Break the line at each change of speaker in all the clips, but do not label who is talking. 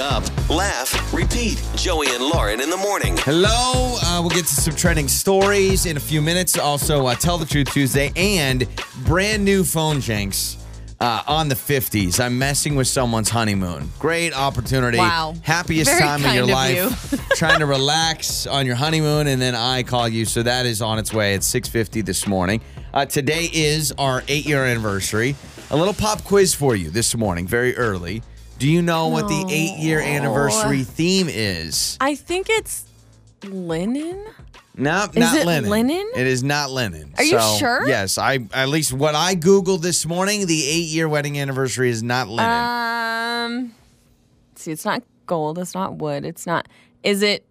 up, laugh, repeat. Joey and Lauren in the morning.
Hello. Uh, we'll get to some trending stories in a few minutes. Also, uh, Tell the Truth Tuesday and brand new phone janks uh, on the 50s. I'm messing with someone's honeymoon. Great opportunity.
Wow.
Happiest
Very
time of
kind
your
of
life. trying to relax on your honeymoon, and then I call you. So that is on its way at 6.50 this morning. Uh, today is our eight-year anniversary. A little pop quiz for you this morning, very early. Do you know what the eight-year anniversary theme is?
I think it's linen.
No, not
it
linen.
linen?
It is not linen.
Are you sure?
Yes, I at least what I googled this morning, the eight-year wedding anniversary is not linen.
Uh, Um, see, it's not gold. It's not wood. It's not. Is it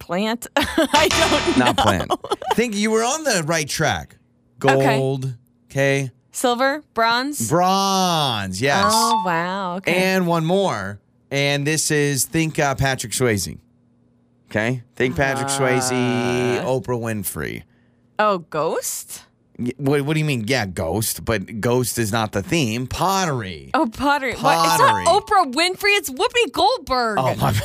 plant? I don't know.
not planned. I think you were on the right track.
Okay.
Gold, okay,
Silver, bronze.
bronze, yes,
Oh wow. Okay.
and one more, and this is think uh, Patrick Swayze. Okay, think Patrick
Uh,
Swayze, Oprah Winfrey.
oh, ghost.
Y- What, what do you mean? Yeah, ghost, but ghost is not the theme. Pottery.
Oh, pottery. What? It's
Pottery.
not Oprah Winfrey. It's Whoopi Goldberg.
Oh my.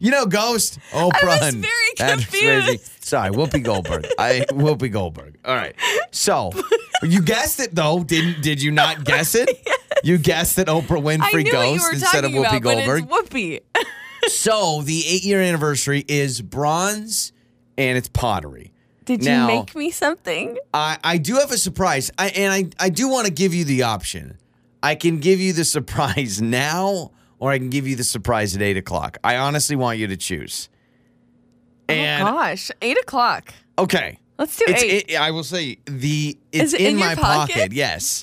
you know, Ghost, Oprah.
was
and
very
Patrick Swayze.
confused.
Sorry, Whoopi Goldberg. I Whoopi Goldberg. All right. So you guessed it though, didn't? Did you not guess it? You guessed that Oprah
I
Winfrey
knew what you
Ghost
were
instead of
talking
Whoopi
about,
Goldberg.
but it's Whoopi.
So the eight-year anniversary is bronze, and it's pottery.
Did
Now-
you make me something? Oh,
I, I do have a surprise, I, and I, I do want to give you the option. I can give you the surprise now, or I can give you the surprise at eight o'clock. I honestly want you to choose. And
oh gosh, eight o'clock.
okay,
Let's do
it's,
eight.
it, I will say the it's
Is it in your
my
pocket?
Yes,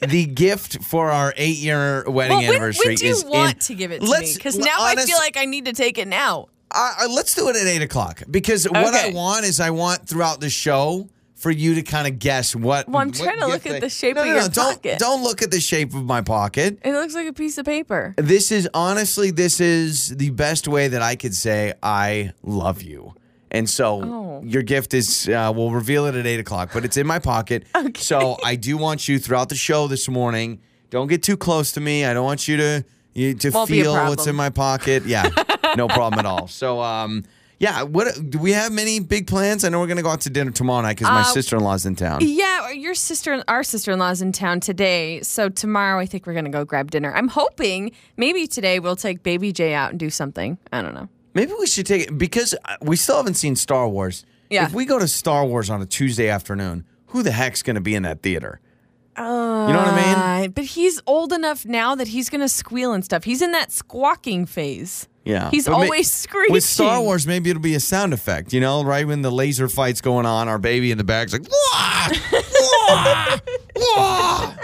the gift for our eight-year wedding
well, when,
anniversary
when do you
is
want
in,
to give it to
Let's-
me? Because now I
honest-
feel like I need to take it now.
I, I- let's do it at eight o'clock because what I
Okay.
want is I want throughout the show for you to kind of guess what.
Well, I'm
what
trying to
gift
look at
they-
the shape
no,
of
no,
your
no, don't,
pocket.
Don't look at the shape of my pocket.
It looks like a piece of paper.
This is honestly, this is the best way that I could say I love you. And so
Oh.
your gift is, uh, we'll reveal it at eight o'clock, but it's in my pocket. So I do want you throughout the show this morning. Don't get too close to me. I don't want you to you, to
Won't be a
feel what's in
problem.
my pocket. Yeah, no problem at all. So um, yeah. What do we have? Many big plans? I know we're gonna go out to dinner tomorrow night because my
Um,
sister in law's in town.
Yeah, or your sister, our sister in law's in town today. So tomorrow, I think we're gonna go grab dinner. I'm hoping maybe today we'll take Baby J out and do something. I don't know.
Maybe we should take it because uh, we still haven't seen Star Wars.
Yeah.
If we go to Star Wars on a Tuesday afternoon, who the heck's going to be in that theater? Oh. You know what I mean?
Uh, but he's old enough now that he's gonna squeal and stuff. He's in that squawking phase.
Yeah.
He's
But ma-
always screaming.
With Star Wars, maybe it'll be a sound effect, you know, right when the laser fight's going on, our baby in the back's like, wah, wah, wah.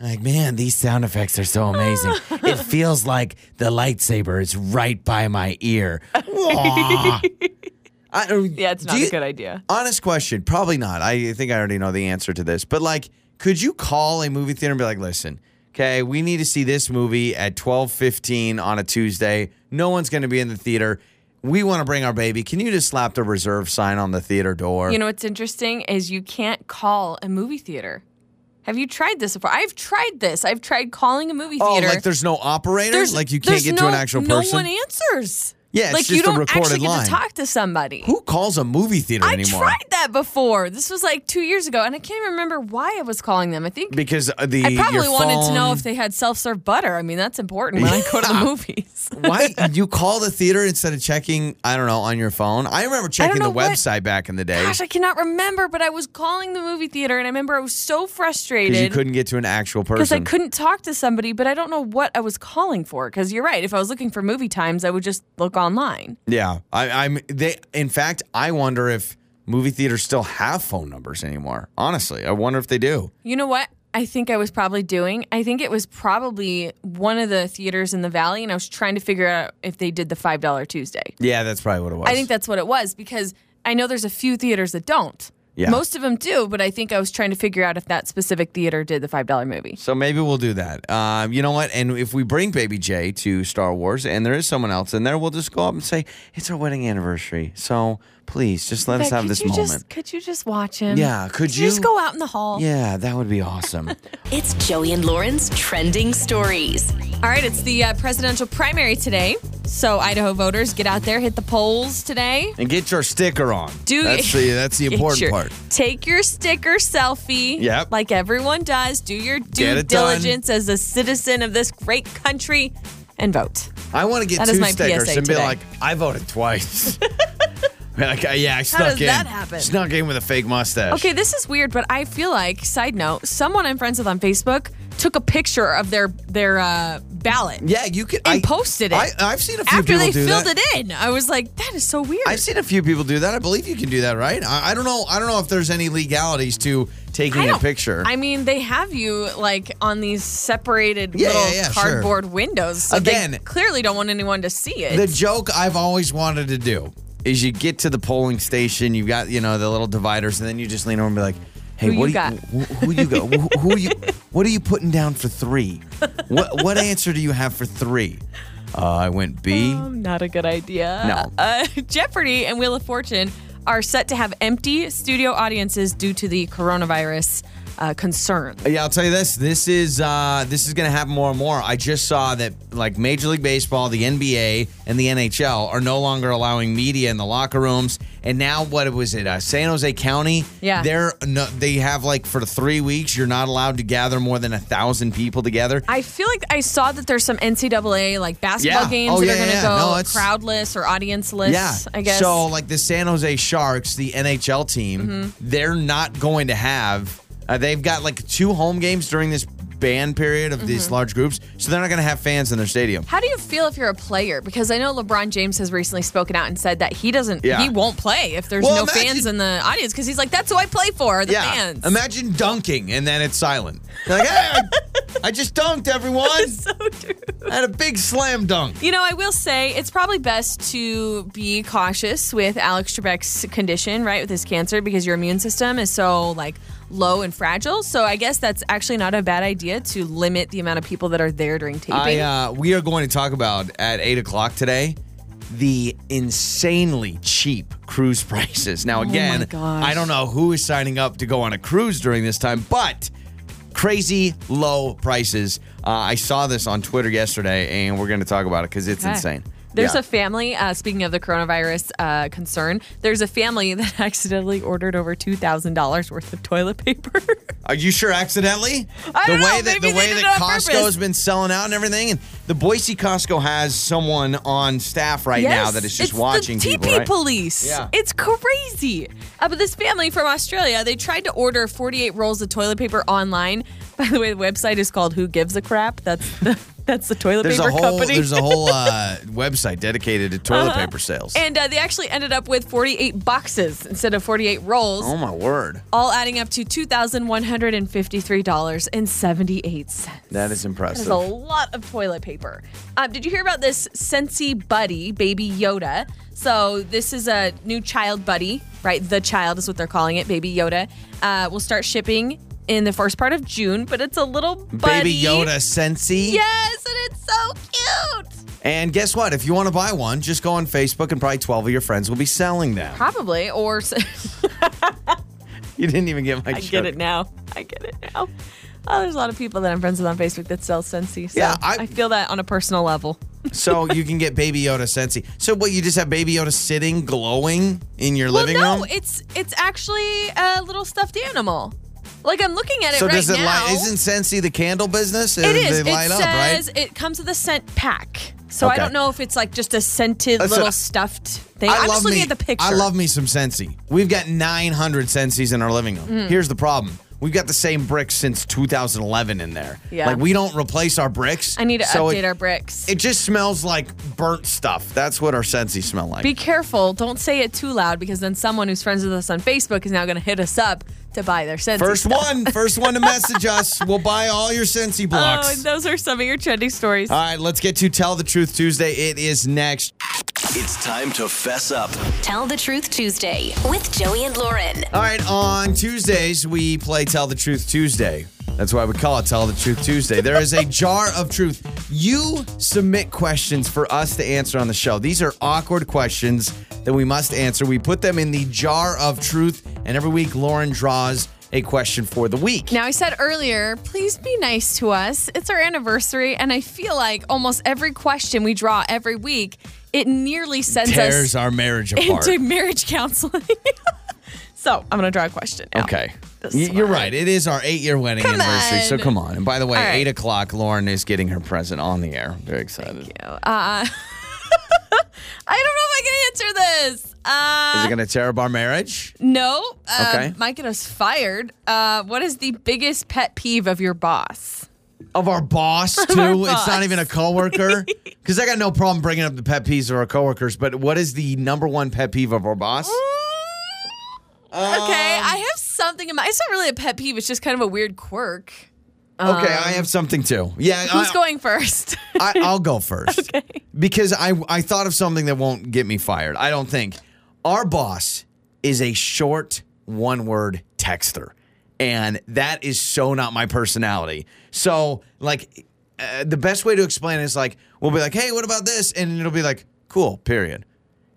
Like, man, these sound effects are so amazing. It feels like the lightsaber is right by my ear. Wah. I- uh,
Yeah, it's
do
not
you-
a good idea.
Honest question, probably not. I think I already know the answer to this. But like, could you call a movie theater and be like, "Listen, okay, we need to see this movie at 12:15 on a Tuesday. No one's going to be in the theater. We want to bring our baby. Can you just slap the reserve sign on the theater door?"
You know what's interesting is you can't call a movie theater. Have you tried this before? I've tried this. I've tried calling a movie
Oh,
theater.
like there's no operator?
There's-
like you can't
there's
get to
no-
an actual person?
No one answers.
Yeah, it's
like you
just a
don't
recorded
actually
line.
get to talk to somebody.
Who calls a movie theater
I
anymore?
tried that before. This was like two years ago, and I can't even remember why I was calling them. I think
Because uh, the
I probably
your
wanted to know
phone-
if they had self serve butter. I mean, that's important when I go to the movies.
Why you call the theater instead of checking? I don't know on your phone. I remember checking the
know what-
website back in the day.
Gosh, I cannot remember, but I was calling the movie theater, and I remember I was so
Because you
frustrated.
couldn't get to an actual
because I
person.
couldn't talk to somebody, but I don't know what I was calling for. Because you're right, if I was looking for movie times, I would just look online.
yeah, I, I'm. They, in fact, I wonder if movie theaters still have phone numbers anymore. Honestly, I wonder if they do.
You know what? I think I was probably doing. I think it was probably one of the theaters in the valley, and I was trying to figure out if they did the five dollar Tuesday.
Yeah, that's probably what it was.
I think that's what it was because I know there's a few theaters that don't.
Yeah.
Most of them do, but I think I was trying to figure out if that specific theater did the $5 movie.
So maybe we'll do that. Um, you know what? And if we bring Baby J to Star Wars, and there is someone else in there, we'll just go up and say it's our wedding anniversary. So please, just let us
Yeah,
have
could
this
you
moment.
Just, could you just watch him?
Yeah, could
you? just
you?
go out in the hall?
yeah, that would be awesome.
It's Joey and Lauren's trending stories.
All right, it's the uh, presidential primary today. So, Idaho voters, get out there, hit the polls today.
and get your sticker on.
Do-
that's the that's the
Get
important
your-
part.
Take your sticker selfie.
Yep.
Like everyone does. Do your
Get
due
it done.
diligence as a citizen of this great country and vote.
I want to get
That is
two
my
stickers
PSA
and be
today.
like, I voted twice. Be like, "Uh, yeah, I snuck
does
in.
that happen?
Snuck in with a fake mustache.
Okay, this is weird, but I feel like, side note, someone I'm friends with on Facebook took a picture of their their uh, ballot
Yeah, you could.
and posted it.
I, I've seen a few
after
people
they
do
filled
that.
it in. I was like, that is so weird.
I've seen a few people do that. I believe you can do that, right? I, I don't know. I don't know if there's any legalities to
I
taking a
don't-
picture.
I mean, they have you like on these separated
Yeah,
little
yeah, yeah, sure.
cardboard windows. So they
Again-
clearly don't want anyone to see it.
the joke I've always wanted to do is you get to the polling station, you've got you know the little dividers, and then you just lean over and be like, "Hey,
Who you
what do
got?"
You, wh- who you got? Wh- who are you? What are you putting down for three? What what answer do you have for three? Uh, I went B.
Um, not a good idea.
No.
Uh, Jeopardy and Wheel of Fortune are set to have empty studio audiences due to the coronavirus uh, concern.
Yeah, I'll tell you this. This is uh, this is going to happen more and more. I just saw that like Major League Baseball, the NBA, and the NHL are no longer allowing media in the locker rooms. And now, what was it? Uh, San Jose County.
Yeah.
they're no, they have like for three weeks, you're not allowed to gather more than a thousand people together.
I feel like I saw that there's some NCAA like basketball
Yeah.
games
Oh,
that
yeah,
are going to
yeah,
go
yeah. No, it's-
crowdless or audienceless. I guess.
So, like the San Jose Sharks, the NHL team,
Mm-hmm.
they're not going to have. Uh, they've got like two home games during this ban period of
Mm-hmm.
these large groups, so they're not going to have fans in their stadium.
How do you feel if you're a player? Because I know LeBron James has recently spoken out and said that he doesn't,
Yeah.
he won't play if there's
Well,
no
imagine-
fans in the audience because he's like, that's who I play for, the fans.
Imagine dunking and then it's silent. You're like, hey, I, I just dunked, everyone.
so true.
I had a big slam dunk.
You know, I will say it's probably best to be cautious with Alex Trebek's condition, right, with his cancer, because your immune system is so like low and fragile. So I guess that's actually not a bad idea to limit the amount of people that are there during taping.
I, uh, we are going to talk about at eight o'clock today the insanely cheap cruise prices. Now, again,
Oh gosh.
I don't know who is signing up to go on a cruise during this time, but crazy low prices. Uh, I saw this on Twitter yesterday, and we're going to talk about it because it's
Okay.
insane.
There's
Yeah.
a family, uh, speaking of the coronavirus uh, concern, there's a family that accidentally ordered over $2,000 worth of toilet paper.
Are you sure accidentally?
I
the
don't
way
know.
that
Maybe
the
they
way
did
that
it on
Costco
purpose.
has been selling out and everything, and the Boise Costco has someone on staff right now that is just
it's
watching
the TP
people. right?
police.
Yeah.
It's crazy. Uh, but this family from Australia, they tried to order 48 rolls of toilet paper online. By the way, the website is called Who Gives a Crap. That's the, that's the toilet
There's
paper
a whole
company.
there's a whole uh, website dedicated to toilet paper sales.
and uh, they actually ended up with 48 boxes instead of 48 rolls.
oh my word,
all adding up to two thousand one hundred and fifty-three dollars and seventy-eight cents.
that is
That
impressive.
is a lot of toilet paper. Um, did you hear about this Sensi Buddy, Baby Yoda? So this is a new child buddy, right? The child is what they're calling it, Baby Yoda. Uh, will start shipping in the first part of June, but it's a little buddy.
Baby Yoda Sensi.
Yes, and it's so cute.
And guess what? If you want to buy one, just go on Facebook and probably 12 of your friends will be selling them.
Probably, or s-
You didn't even get my
I get it now. I get it now. Oh, there's a lot of people that I'm friends with on Facebook that sell Sensi. So
Yeah, I-
I feel that on a personal level.
So you can get Baby Yoda Sensi. So what? You just have Baby Yoda sitting, glowing in your
Well,
living
no,
room.
it's it's actually a little stuffed animal. Like I'm looking at it
So
right
does it
now.
light? Isn't Sensi the candle business?
it is.
They light
it
up,
says
right?
it comes with a scent pack. So I
Okay.
don't know if it's like just a scented
Listen,
little
I-
stuffed thing. am just looking
me,
at the picture.
I love me some Sensi. We've got 900 Sensis in our living room.
Mm.
Here's the problem. We've got the same bricks since 2011 in there.
Yeah.
Like we don't replace our bricks.
I need to
so
update
it,
our bricks.
It just smells like burnt stuff. That's what our Sensi smell like.
Be careful. Don't say it too loud because then someone who's friends with us on Facebook is now going to hit us up to buy their scent.
first one, first one to message us. We'll buy all your Sensi
Oh,
blocks.
and those are some of your trending stories.
all right, let's get to Tell the Truth Tuesday. It is next.
It's time to fess up.
Tell the Truth Tuesday with Joey and Lauren.
All right, on Tuesdays, we play Tell the Truth Tuesday. That's why we call it Tell the Truth Tuesday. There is a jar of truth. You submit questions for us to answer on the show. These are awkward questions that we must answer. We put them in the jar of truth, and every week, Lauren draws a question for the week.
Now, I said earlier, please be nice to us. It's our anniversary, and I feel like almost every question we draw every week, it nearly sends
Tears
us
our marriage apart.
into marriage counseling. so I'm going to draw a question now.
Okay.
This
Y- You're
one.
right. It is our eight year wedding
Come
anniversary. So
on.
come on. And by the way,
All right.
8 o'clock, Lauren is getting her present on the air. Very excited.
Uh, I don't know if I can answer this.
Is
Uh,
it going to tear up our marriage?
no. Um,
Okay.
Might get us fired. Uh, what is the biggest pet peeve of your boss?
Of our boss, too.
our
It's not
boss.
even a coworker. Because I got no problem bringing up the pet peeves of our coworkers. But what is the number one pet peeve of our boss?
okay. I have something in mind. It's not really a pet peeve, it's just kind of a weird quirk.
okay, I have something too. Yeah,
Um, Who's
I,
going first?
I, I'll go first. okay. Because I, I thought of something that won't get me fired. I don't think. Our boss is a short, one word texter. And that is so not my personality. So, like, uh, the best way to explain it is like, we'll be like, hey, what about this? And it'll be like, cool, period.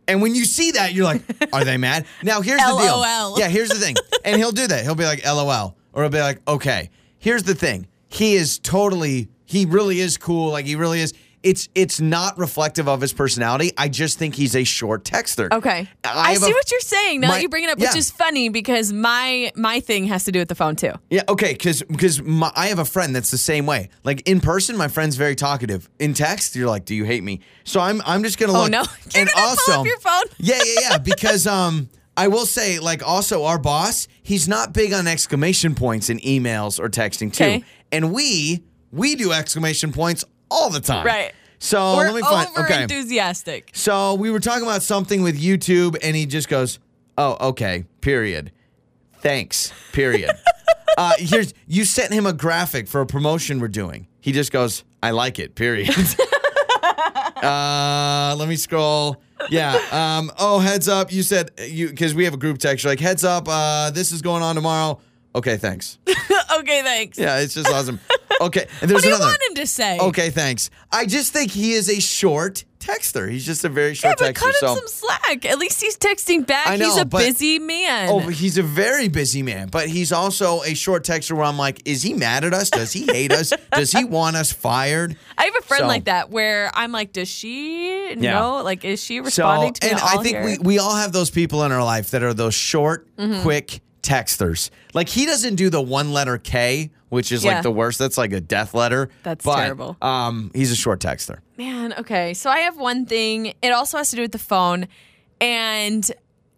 And when you see that, you're like, are they mad? Now, here's the deal.
LOL.
Yeah, here's the thing. And he'll do that. He'll be like, LOL. Or he'll be like, okay. Here's the thing. He is totally, he really is cool. Like, he really is. It's it's not reflective of his personality. I just think he's a short texter.
Okay. I,
have
see
a-
what you're saying now
my-
that you bring it up,
yeah.
which is funny because my my thing has to do with the phone too.
Yeah, okay, because because I have a friend that's the same way. Like in person, my friend's very talkative. In text, you're like, "Do you hate me?" So I'm I'm just gonna
Oh,
look.
no. You're gonna pull up your phone?
yeah, yeah, yeah. Because um, I will say, like, also our boss, he's not big on exclamation points in emails or texting too.
Okay.
And we we do exclamation points all the time.
Right.
So
We're
Oh, let me find.
over
okay.
enthusiastic.
So we were talking about something with YouTube, and he just goes, "Oh, okay, period. Thanks, period." uh, here's you sent him a graphic for a promotion we're doing. He just goes, "I like it, period." uh, let me scroll. Yeah. Um, oh, heads up. You said you because we have a group text. You're like, heads up. Uh, this is going on tomorrow. Okay, thanks.
okay, thanks.
Yeah, it's just awesome. Okay, and there's
what do you
another.
want him to say?
Okay, thanks. I just think he is a short texter. He's just a very
Yeah,
short texter.
but cut him
so
some slack. At least he's texting back.
I know,
he's a
but-
busy man.
Oh, but he's a very busy man, but he's also a short texter where I'm like, is he mad at us? Does he hate us? Does he want us fired?
I have a friend
so-
like that where I'm like, does she
Yeah.
know? Like, is she
So,
responding
and
to me? at
I
all
think
here?
we, we all have those people in our life that are those short,
Mm-hmm.
quick texters. Like, he doesn't do the one letter K, which is
Yeah.
like the worst. That's like a death letter.
That's
But,
terrible.
Um, he's a short texter.
Man, okay. So I have one thing. It also has to do with the phone. And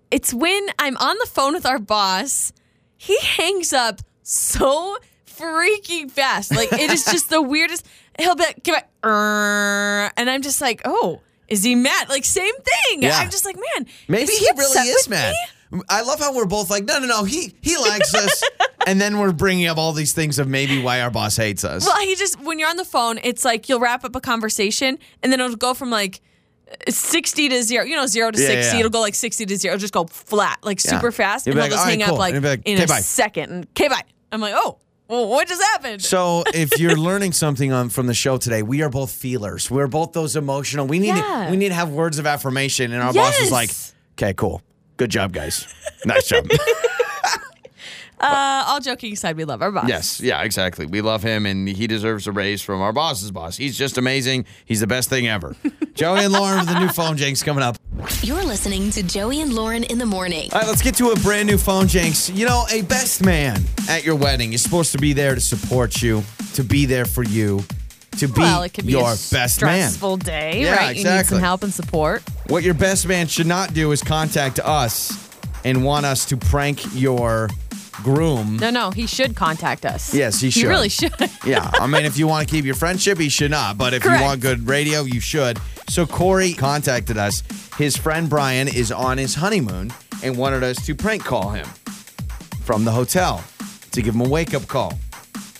it's when I'm on the phone with our boss, he hangs up so freaking fast. Like, it is just the weirdest. He'll be like, "Come on," "Er," and I'm just like, oh, is he mad? Like, same thing.
Yeah.
I'm just like, man.
Maybe
is
he really
upset
is
with
mad.
me?
I love how we're both like, no, no, no, he, he likes us. And then we're bringing up all these things of maybe why our boss hates us.
Well, he just when you're on the phone, it's like you'll wrap up a conversation and then it'll go from like sixty to zero, you know, zero to
Yeah, yeah,
sixty.
yeah.
It'll go like sixty to zero, it'll just go flat, like super fast,
You'll
and
be like,
he'll just
"All right,
hang
cool,"
up like
and you'll be like,
in
"Okay,
a
bye."
second. And okay, bye. I'm like, oh, well, what just happened?
So if you're learning something on from the show today, we are both feelers. We're both those emotional. We need
Yeah.
to, we need to have words of affirmation. And our boss is like,
Yes.
okay, cool. Good job, guys. Nice job.
uh, all joking aside, we love our boss.
yes. Yeah, exactly. We love him and he deserves a raise from our boss's boss. He's just amazing. He's the best thing ever. Joey and Lauren with the new phone jinx coming up.
You're listening to Joey and Lauren in the morning.
All right, let's get to a brand new phone jinx. You know, a best man at your wedding is supposed to be there to support you, to be there for you, to be,
Well, it could be
your
a
best man.
stressful day,
Yeah,
right? You need
exactly.
some help and support.
What your best man should not do is contact us and want us to prank your groom.
No, no, he should contact us.
Yes, he
He
should.
really should.
Yeah, I mean, if you want to keep your friendship, he should not. But if
Correct.
you want good radio, you should. So Corey contacted us. His friend Brian is on his honeymoon and wanted us to prank call him from the hotel to give him a wake up call,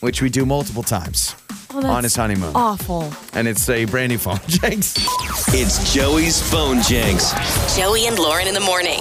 which we do multiple times. on his honeymoon.
Awful.
And it's a brand new phone, Jenks.
It's Joey's phone janks.
Joey and Lauren in the morning.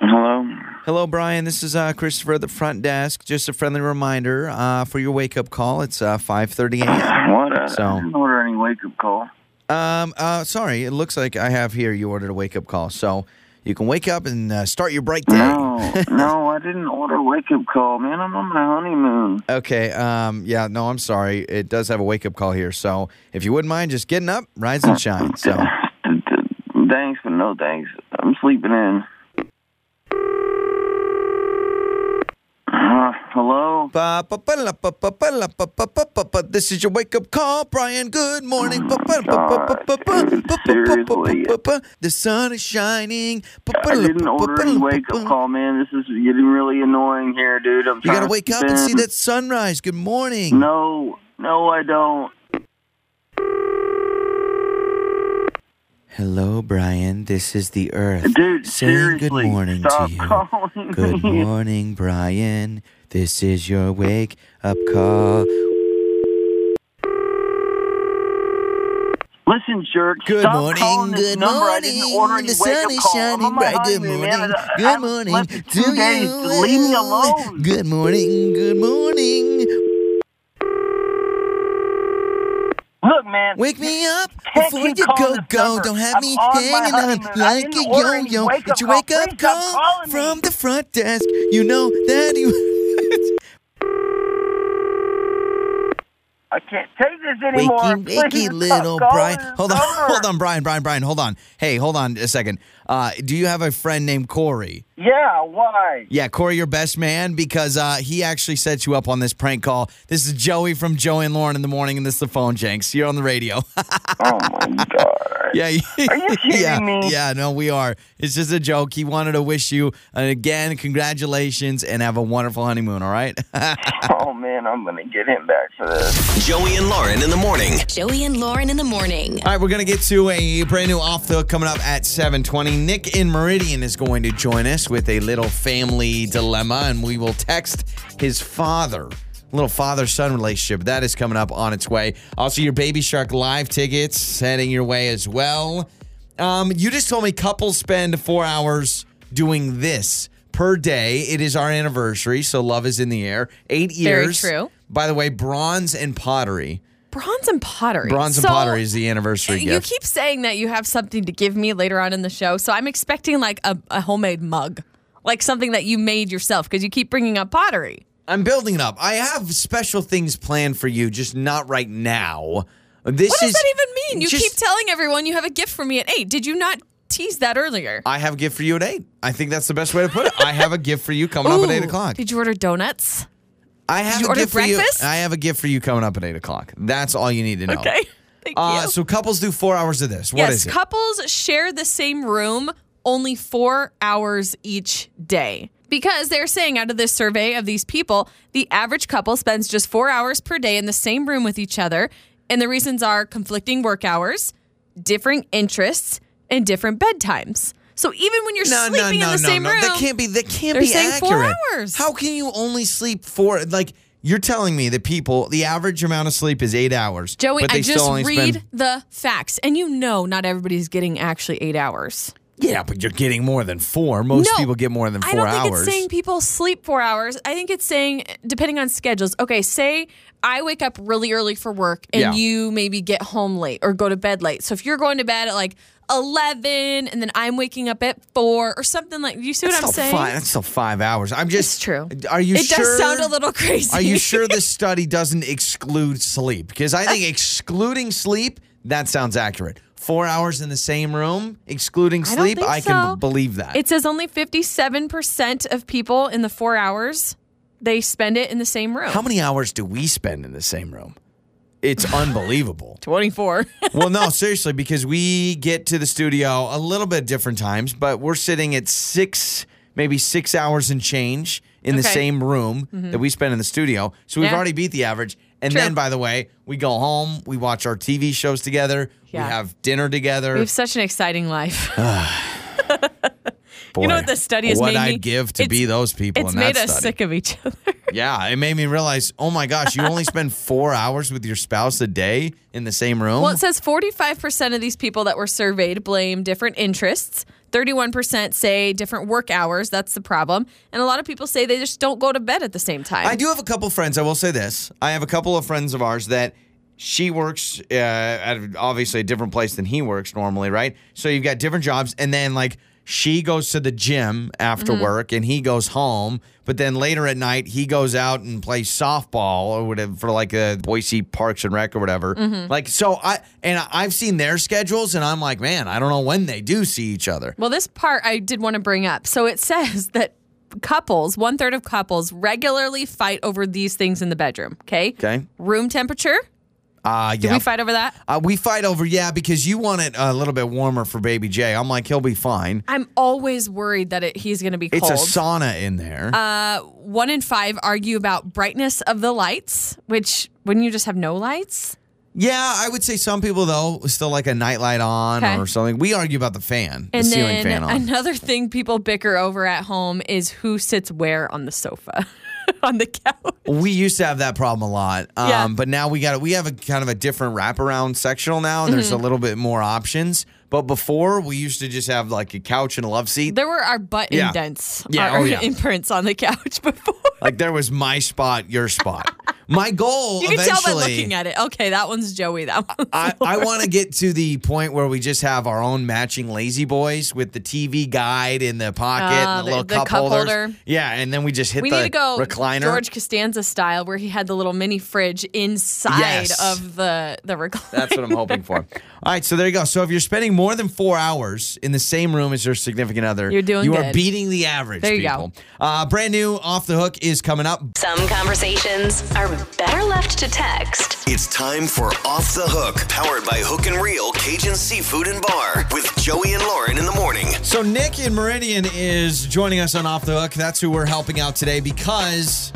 Hello.
Hello, Brian. This is uh, Christopher at the front desk. Just a friendly reminder uh, for your wake up call. It's uh, 5.30 a.m.
What? A,
So-
I didn't order any wake up call.
Um, uh, sorry, it looks like I have here you ordered a wake up call. So you can wake up and uh, start your bright day.
No, no, I didn't order a wake up call, man. I'm on my honeymoon.
Okay. Um, yeah, no, I'm sorry. It does have a wake up call here. So if you wouldn't mind just getting up, rise and shine. So,
Thanks, but no thanks. I'm sleeping in. Uh, hello.
Ba-ba-ba-la-ba-ba-ba-la-ba-ba-ba-ba-ba. this is your wake up call, Brian. Good morning.
God, dude, seriously.
Ba-ba-ba-ba-ba-ba-ba-ba-ba-ba-ba. The sun is shining.
I didn't order any wake up call, man. This is getting really annoying here, dude. I'm
You
trying
gotta
to
wake up and see
spend-
that sunrise. Good morning.
No, no, I don't.
Hello, Brian. This is the Earth.
Dude,
saying good
seriously,
morning
stop
to you.
calling
Good
me.
morning, Brian. This is your wake up call.
Listen, jerk.
Good
stop
morning,
calling this
good
number. I didn't
morning.
order any
The sun
wake-up
is
call. I'm
shining
on my
bright. Good
honeymoon, man. uh,
morning.
I-
Good
I've
morning
slept for
to
two days.
you.
Leave me alone.
Good morning. Good morning.
Look, man.
Wake me up
Can't
before you
keep
go
calling this
go.
number.
Don't have
I'm
me
on my
hanging on
honeymoon. I
like
didn't
a
order any
yo-yo.
wake-up
It's your
call.
wake up
Please
call
stop calling me.
from the front desk. You know that you.
I can't take this anymore.
Wakey,
Please
wakey,
stop
little
calling
Brian.
this
Hold on,
number.
hold on, Brian, Brian, Brian. Hold on. Hey, hold on a second. Uh, do you have a friend named Corey?
Yeah, why?
Yeah, Corey, your best man, because uh, he actually set you up on this prank call. This is Joey from Joey and Lauren in the morning, and this is the phone janks. You're on the radio.
Oh my god.
yeah,
Are you kidding
yeah,
me?
yeah. No, we are. It's just a joke. He wanted to wish you, uh, again, congratulations, and have a wonderful honeymoon. All right.
Oh man, I'm gonna get him back for this.
Joey and Lauren in the morning.
Joey and Lauren in the morning.
All right, we're going to get to a brand new off the hook coming up at 720. Nick in Meridian is going to join us with a little family dilemma, and we will text his father. Little father son relationship. That is coming up on its way. Also, your Baby Shark live tickets heading your way as well. Um, you just told me couples spend four hours doing this per day. It is our anniversary, so love is in the air. Eight
Very
years.
true.
By the way, bronze and pottery.
Bronze and pottery.
Bronze and
So,
pottery is the anniversary
Uh, You
gift.
keep saying that you have something to give me later on in the show, so I'm expecting like a, a homemade mug, like something that you made yourself, because you keep bringing up pottery.
I'm building it up. I have special things planned for you, just not right now. This
What does
is-
that even mean? You
just-
keep telling everyone you have a gift for me at eight. Did you not tease that earlier?
I have a gift for you at eight. I think that's the best way to put it. I have a gift for you coming up at eight
Ooh,
o'clock.
Did you order donuts?
I have
you
a
order
gift
breakfast?
for you. I have a gift for you coming up at eight o'clock. That's all you need to know.
Okay. Thank
Uh,
you.
so couples do four hours of this. What is
yes,
it?
couples share the same room only four hours each day. Because they're saying out of this survey of these people, the average couple spends just four hours per day in the same room with each other. And the reasons are conflicting work hours, differing interests, and different bedtimes. So even when you're sleeping in the same room,
That can't be. That can't
They're
be
saying four
accurate.
hours.
How can you only sleep four? Like you're telling me that people, the average amount of sleep is eight hours.
Joey,
but they
I
still
just
only
read
spend-
the facts. And you know, not everybody's getting actually eight hours.
Yeah, but you're getting more than four. Most people get more than four
I don't
hours.
think it's saying people sleep four hours. I think it's saying depending on schedules. Okay, say I wake up really early for work and
Yeah.
you maybe get home late or go to bed late. So if you're going to bed at like eleven and then I'm waking up at four or something like you see what
That's
I'm
still
saying?
Five, that's still five hours. I'm just.
It's true.
Are you
it
sure?
does sound a little crazy.
Are you sure this study doesn't exclude sleep? Because I think excluding sleep that sounds accurate. Four hours in the same room, excluding
I don't
sleep,
think
I can
so.
b- believe that.
It says only fifty-seven percent of people in the four hours they spend it in the same room.
How many hours do we spend in the same room? It's unbelievable.
Twenty-four.
well, no, seriously, because we get to the studio a little bit different times, but we're sitting at six, maybe six hours and change in the
Okay. Mm-hmm.
same room that we spend in the studio. So we've
Yeah.
already beat the average. And
True.
then, by the way, we go home, we watch our TV shows together,
Yeah.
we have dinner together.
we have such an exciting life.
Boy,
you know what the study is
What
made
I'd
me?
give to
It's-
be those people
It's
in
made
that
us
study.
sick of each other.
Yeah, it made me realize, oh my gosh, you only spend four hours with your spouse a day in the same room.
Well, it says 45% of these people that were surveyed blame different interests. 31% say different work hours. That's the problem. And a lot of people say they just don't go to bed at the same time.
I do have a couple friends. I will say this: I have a couple of friends of ours that she works uh, at obviously a different place than he works normally, right? So you've got different jobs, and then like she goes to the gym after
Mm-hmm.
work, and he goes home. But then later at night, he goes out and plays softball or whatever for like a Boise Parks and Rec or whatever.
Mm-hmm.
Like so, I and I've seen their schedules, and I'm like, man, I don't know when they do see each other.
Well, this part I did want to bring up. So it says that couples, one third of couples, regularly fight over these things in the bedroom. Okay.
Okay.
Room temperature.
Uh,
Do
yeah,
we fight over that?
Uh, we fight over, yeah, because you want it a little bit warmer for baby J. I'm like, he'll be fine.
I'm always worried that it, he's going to be
It's
cold.
a sauna in there.
uh, one in five argue about brightness of the lights, which wouldn't you just have no lights?
yeah, I would say some people, though, still like a nightlight on
Okay.
or something. We argue about the fan, the
And
ceiling
then
fan on.
another thing people bicker over at home is who sits where on the sofa, on the couch.
we used to have that problem a lot, um,
Yeah.
but now we got we have a kind of a different wraparound sectional now, and
Mm-hmm.
there's a little bit more options. But before, we used to just have like a couch and a love seat.
There were our butt
Yeah.
indents,
Yeah,
our
oh, yeah.
imprints on the couch before.
like there was my spot, your spot. My goal
You can
eventually.
tell by looking at it. Okay, that one's Joey. That one's
I, I want to get to the point where we just have our own matching lazy boys with the TV guide in the pocket and
Ah,
the,
the-
little
the
cup,
cup
holders.
holder.
Yeah, and then we just hit
we
the
need to go
recliner.
George Costanza style, where he had the little mini fridge inside
Yes.
of the the recliner.
That's what I'm hoping for. All right, so there you go. So if you're spending more than four hours in the same room as your significant other,
You're doing
you are
good.
beating the average.
There you go.
people. Uh, brand new off the hook is coming up.
Some conversations are better left to text.
It's time for Off the Hook, powered by Hook and Reel Cajun Seafood and Bar with Joey and Lauren in the morning.
So Nick in Meridian is joining us on Off the Hook. That's who we're helping out today because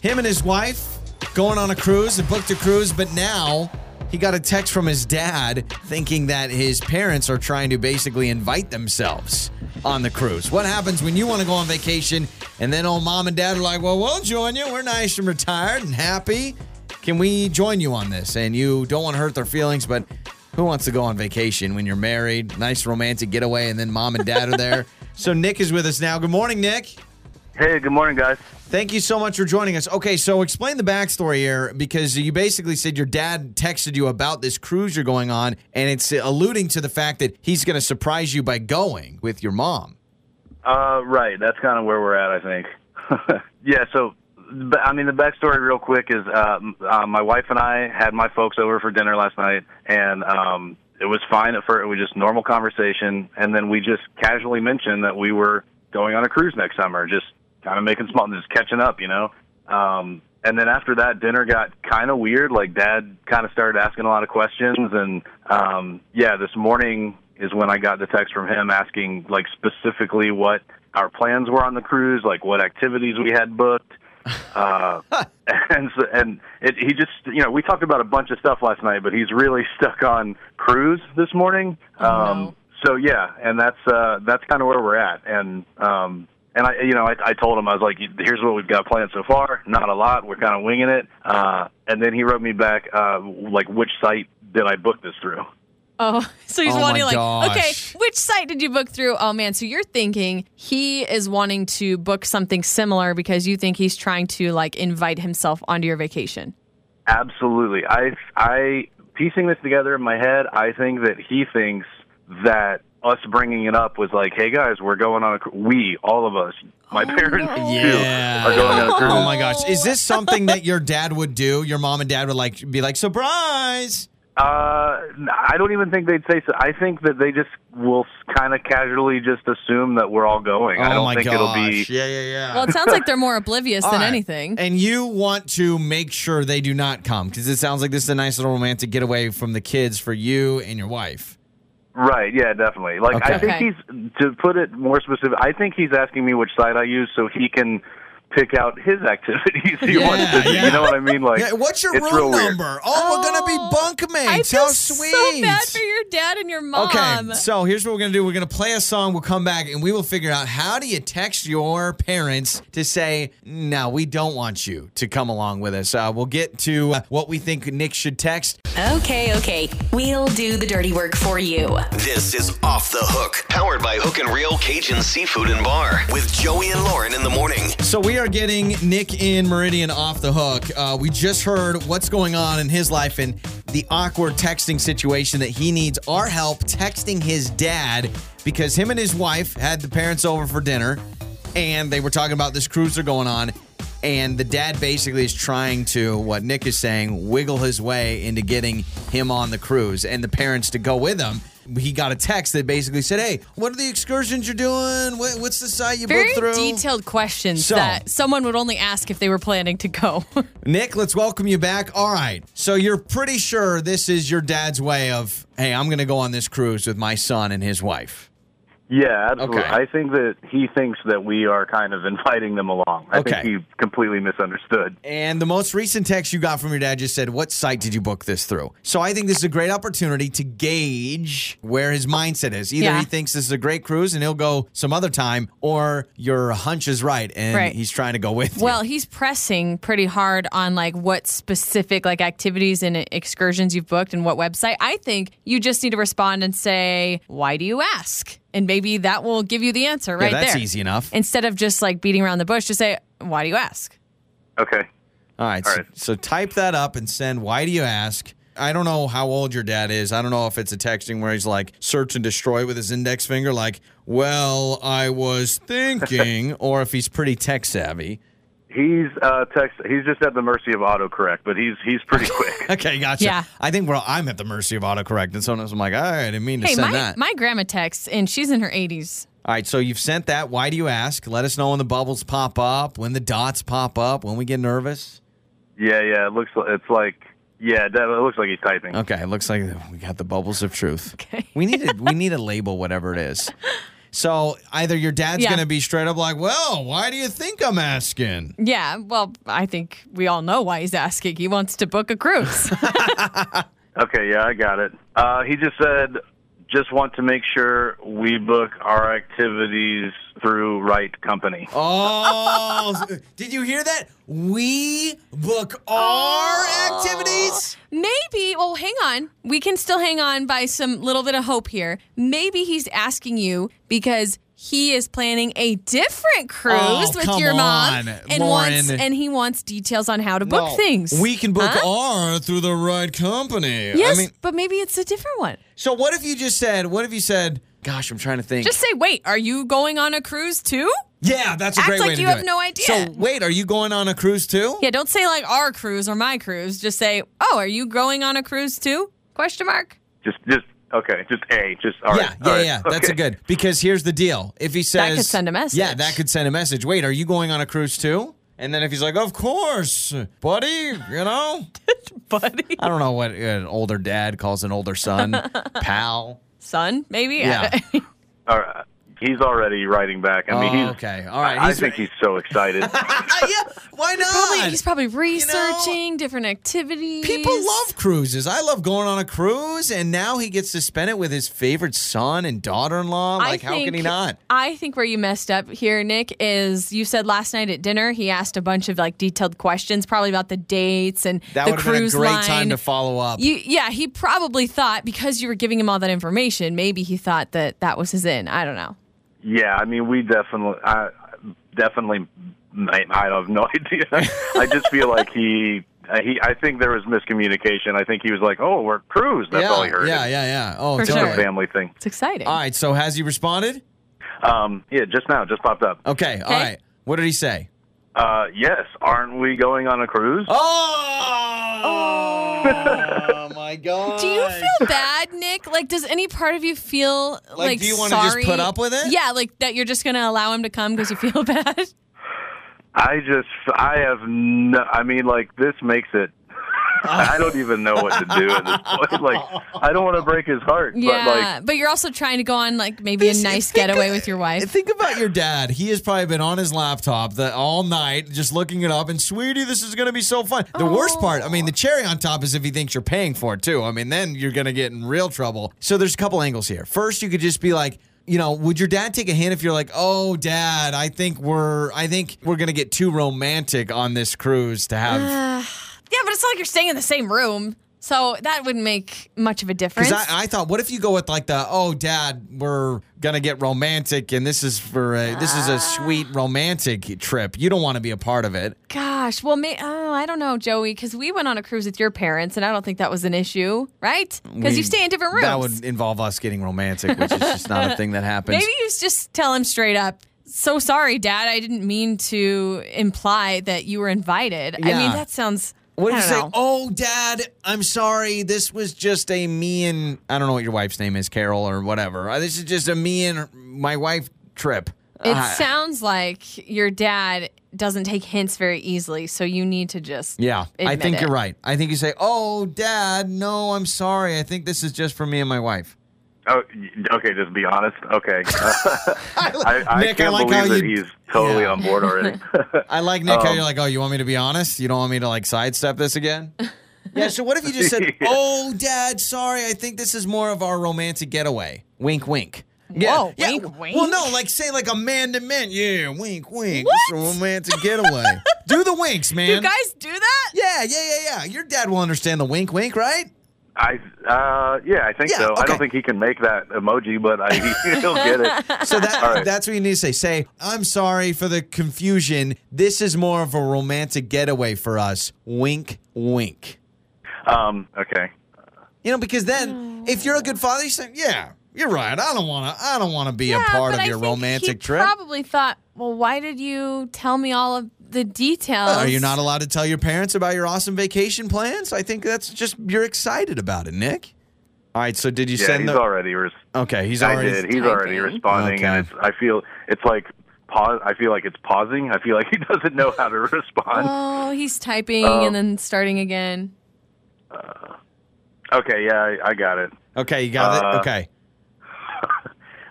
him and his wife going on a cruise. They booked a cruise, but now he got a text from his dad thinking that his parents are trying to basically invite themselves on the cruise. What happens when you want to go on vacation and then old mom and dad are like, "Well, we'll join you. We're nice and retired and happy. Can we join you on this?" And you don't want to hurt their feelings, but who wants to go on vacation when you're married? Nice romantic getaway, and then mom and dad are there. so Nick is with us now. Good morning, Nick.
Hey, good morning, guys.
Thank you so much for joining us. Okay, so explain the backstory here because you basically said your dad texted you about this cruise you're going on, and it's alluding to the fact that he's going to surprise you by going with your mom.
Uh, right. That's kind of where we're at, I think. yeah. So, but, I mean, the backstory, real quick, is uh, m- uh, my wife and I had my folks over for dinner last night, and um, it was fine at first. It was just normal conversation, and then we just casually mentioned that we were going on a cruise next summer, just kind of making small, just catching up, you know. Um, and then after that, dinner got kind of weird. Like Dad kind of started asking a lot of questions, and um, yeah, this morning is when I got the text from him asking like specifically what our plans were on the cruise, like what activities we had booked. Uh, and so, and it, he just you know we talked about a bunch of stuff last night, but he's really stuck on cruise this morning. um,
no.
So yeah, and that's uh, that's kind of where we're at. And um, and I you know I, I told him I was like, here's what we've got planned so far. Not a lot. We're kind of winging it. Uh, and then he wrote me back uh, like which site did I book this through?
Oh, so he's
Oh my
wanting like,
gosh.
okay, which site did you book through? Oh man, so you're thinking he is wanting to book something similar because you think he's trying to like invite himself onto your vacation.
Absolutely. I I piecing this together in my head, I think that he thinks that us bringing it up was like, "Hey guys, we're going on a cru- we all of us, my parents
no.
too, are going on a cruise."
Oh my gosh. Is this something that your dad would do? Your mom and dad would like be like, surprise.
Uh, I don't even think they'd say so. I think that they just will kind of casually just assume that we're all going. I
oh
don't
my
think
gosh.
it'll be
yeah, yeah, yeah.
Well, it sounds like they're more oblivious
All
than
right.
anything.
And you want to make sure they do not come because it sounds like this is a nice little romantic getaway from the kids for you and your wife.
Right. Yeah. Definitely. Like
Okay.
I think
Okay.
he's to put it more specific. I think he's asking me which site I use so he can pick out his activities he
Yeah,
wants to do.
yeah.
You know what I mean? Like,
Yeah, what's your
it's
room
real weird.
number? Oh, we're gonna be bunk
I
mates.
feel
How sweet.
so bad for your dad and your mom.
Okay, so here's what we're gonna do. We're gonna play a song. We'll come back and we will figure out how do you text your parents to say, "No, we don't want you to come along with us." Uh, we'll get to uh, what we think Nick should text.
Okay, okay. We'll do the dirty work for you.
This is Off the Hook, powered by Hook and Reel Cajun Seafood and Bar with Joey and Lauren in the morning.
So we are getting Nick in Meridian off the hook. Uh, we just heard what's going on in his life and the awkward texting situation that he needs our help texting his dad because him and his wife had the parents over for dinner and they were talking about this cruiser going on. And the dad basically is trying to, what Nick is saying, wiggle his way into getting him on the cruise and the parents to go with him. He got a text that basically said, Hey, what are the excursions you're doing? What, what's the site you
Very
booked through?
detailed questions
So-
that someone would only ask if they were planning to go.
Nick, let's welcome you back. All right. So you're pretty sure this is your dad's way of, hey, I'm going to go on this cruise with my son and his wife.
Yeah, absolutely.
Okay.
I think that he thinks that we are kind of inviting them along. I
Okay.
think he completely misunderstood.
And the most recent text you got from your dad just said, what site did you book this through? So I think this is a great opportunity to gauge where his mindset is. Either
Yeah.
he thinks this is a great cruise and he'll go some other time, or your hunch is right and
Right.
he's trying to go with you.
well, he's pressing pretty hard on like what specific like activities and excursions you've booked and what website. I think you just need to respond and say, "Why do you ask?" And maybe that will give you the answer right
yeah, that's
there.
easy enough.
Instead of just like beating around the bush, just say, "Why do you ask?"
Okay.
All right.
All
so-
right.
So, type that up and send. Why do you ask? I don't know how old your dad is. I don't know if it's a texting where he's like search and destroy with his index finger, like, well, I was thinking, or if he's pretty tech savvy.
He's uh, text. He's just at the mercy of autocorrect, but he's he's pretty quick.
Okay, gotcha.
Yeah.
I think well, I'm at the mercy of autocorrect, and sometimes I'm like, all right, I didn't mean to
Hey,
send
my
that.
my grandma texts and she's in her 80s.
all right, so you've sent that. Why do you ask? Let us know when the bubbles pop up, when the dots pop up, when we get nervous.
yeah, yeah. It looks. li- It's like. Yeah, that, it looks like he's typing.
Okay, it looks like we got the bubbles of truth. Okay. We need to we need to label whatever it is. So either your dad's
Yeah.
gonna be straight up like, Well, why do you think I'm asking?
Yeah, well, I think we all know why he's asking. He wants to book a cruise.
Okay, yeah, I got it. Uh, he just said, just want to make sure we book our activities through right company.
Oh did you hear that? We book our
Oh.
activities?
Maybe, well, hang on. We can still hang on by some little bit of hope here. Maybe he's asking you because he is planning a different cruise
Oh,
with
come
your mom
on,
and wants
Lauren.
and he wants details on how to book
No,
things.
We can book
Huh?
our through the right company.
Yes,
I mean
but maybe it's a different one.
so what if you just said what if you said, gosh, I'm trying to think.
Just say, "Wait, are you going on a cruise too?"
yeah, that's a
act
great
like
way to
you
do
have
it.
no idea.
So wait, are you going on a cruise too?
Yeah, don't say like our cruise or my cruise. Just say, "Oh, are you going on a cruise too?" Question mark.
Just, just okay, just a, just all right.
yeah, yeah,
all right,
yeah. That's a
okay.
good because here's the deal. If he says
That could send a message.
Yeah, that could send a message. Wait, are you going on a cruise too? And then if he's like, "Of course, buddy," you know,
Buddy,
I don't know what an older dad calls an older son, pal.
son, maybe.
Yeah.
All right. He's already writing back. I mean,
Oh,
he's
okay. All right.
I
He's-
think he's so excited.
Ah, yeah, why not?
Probably, he's probably researching different activities.
People love cruises. I love going on a cruise, and now he gets to spend it with his favorite son and daughter-in-law. Like, how can he not?
I think where you messed up here, Nick, is you said last night at dinner he asked a bunch of like detailed questions, probably about the dates and
That
the
would have been a
cruise
great
line.
time to follow up.
you, yeah, he probably thought because you were giving him all that information, maybe he thought that that was his in. I don't know.
yeah, I mean, we definitely, I definitely, I, I have no idea. I just feel like he. uh, He, I think there was miscommunication. I think he was like, "Oh, we're cruise." That's
yeah,
all he heard.
yeah, yeah, yeah. Oh,
For
It's
totally.
a
sure.
family thing.
It's exciting.
All right. So has he responded?
Um, yeah, just now, just popped up.
Okay. All
Okay.
right. What did he say?
Uh, yes, aren't we going on a cruise?
Oh. my god.
Do you feel bad, Nick? Like, does any part of you feel like,
do you wanna
want
just put up with it?
Yeah, like that you're just going to allow him to come because you feel bad.
I just, I have no. I mean, like this makes it. I don't even know what to do at this point. Like, I don't want to break his heart,
Yeah,
but
but,
like,
you're also trying to go on like maybe a
Think-
nice
think-
getaway with your wife.
Think about your dad. He has probably been on his laptop the, all night just looking it up. And, sweetie, this is going to be so fun. The worst part, I mean, the cherry on top is if he thinks you're paying for it, too. I mean, then you're going to get in real trouble. So there's a couple angles here. First, you could just be like, you know, would your dad take a hint if you're like, "Oh, dad, I think we're I think we're going to get too romantic on this cruise to have."
yeah, but it's not like you're staying in the same room, so that wouldn't make much of a difference.
Cuz I, I thought what if you go with like the, "Oh, dad, we're going to get romantic and this is for a, this
Ah.
is a sweet romantic trip. You don't want to be a part of it."
Gosh, well, may, oh, I don't know, Joey, because we went on a cruise with your parents, and I don't think that was an issue, right? Because
we-
you stay in different rooms.
That would involve us getting romantic, which is just not a thing that happens.
Maybe you just tell him straight up. So sorry, Dad. I didn't mean to imply that you were invited. I
Yeah.
mean, that sounds.
what
I
if you
don't
say,
know.
"Oh, Dad, I'm sorry. This was just a me and I don't know what your wife's name is, Carol or whatever. Uh, This is just a me and my wife trip."
It
Ah,
sounds like your dad doesn't take hints very easily, so you need to just
yeah, I
admit
think
it.
you're right. I think you say, "Oh, Dad, no, I'm sorry. I think this is just for me and my wife."
oh, y- okay, just be honest. Okay, I, I
Nick, I
can't
like how
believe that
you-
he's um, totally
Yeah.
on board already.
I like Nick. how you're like, "Oh, you want me to be honest? You don't want me to like sidestep this again?" yeah. So what if you just said,
Yeah.
"Oh, Dad, sorry. I think this is more of our romantic getaway." Wink, wink.
Whoa, wink, wink?
Well, no, like say like a man to man. Yeah, wink, wink. It's a romantic getaway. Do the winks, man.
You guys do that?
yeah, yeah, yeah, yeah. Your dad will understand the wink, wink, right?
I, uh, yeah, I think
Yeah,
so. I
okay.
don't think he can make that emoji, but I, he'll get it.
So that
All right.
that's what you need to say. Say, I'm sorry for the confusion. This is more of a romantic getaway for us. Wink, wink.
Um, okay.
You know, because then if you're a good father, you say, "Yeah, you're right. I don't want to. I don't want to be a
Yeah,
part
but
of
I
your
think he
romantic trip."
Probably thought, well, why did you tell me all of the details?
Are you not allowed to tell your parents about your awesome vacation plans? I think that's just you're excited about it, Nick. All right. So did you
Yeah,
send
he's
the?
already. Res-
okay, he's
I
already.
did. He's
typing.
already responding,
Okay.
and it's. I feel it's like pause. I feel like it's pausing. I feel like he doesn't know how to respond.
Oh, he's typing and then starting again.
Okay, yeah, I, I got it.
Okay, you got it.
Uh,
Okay.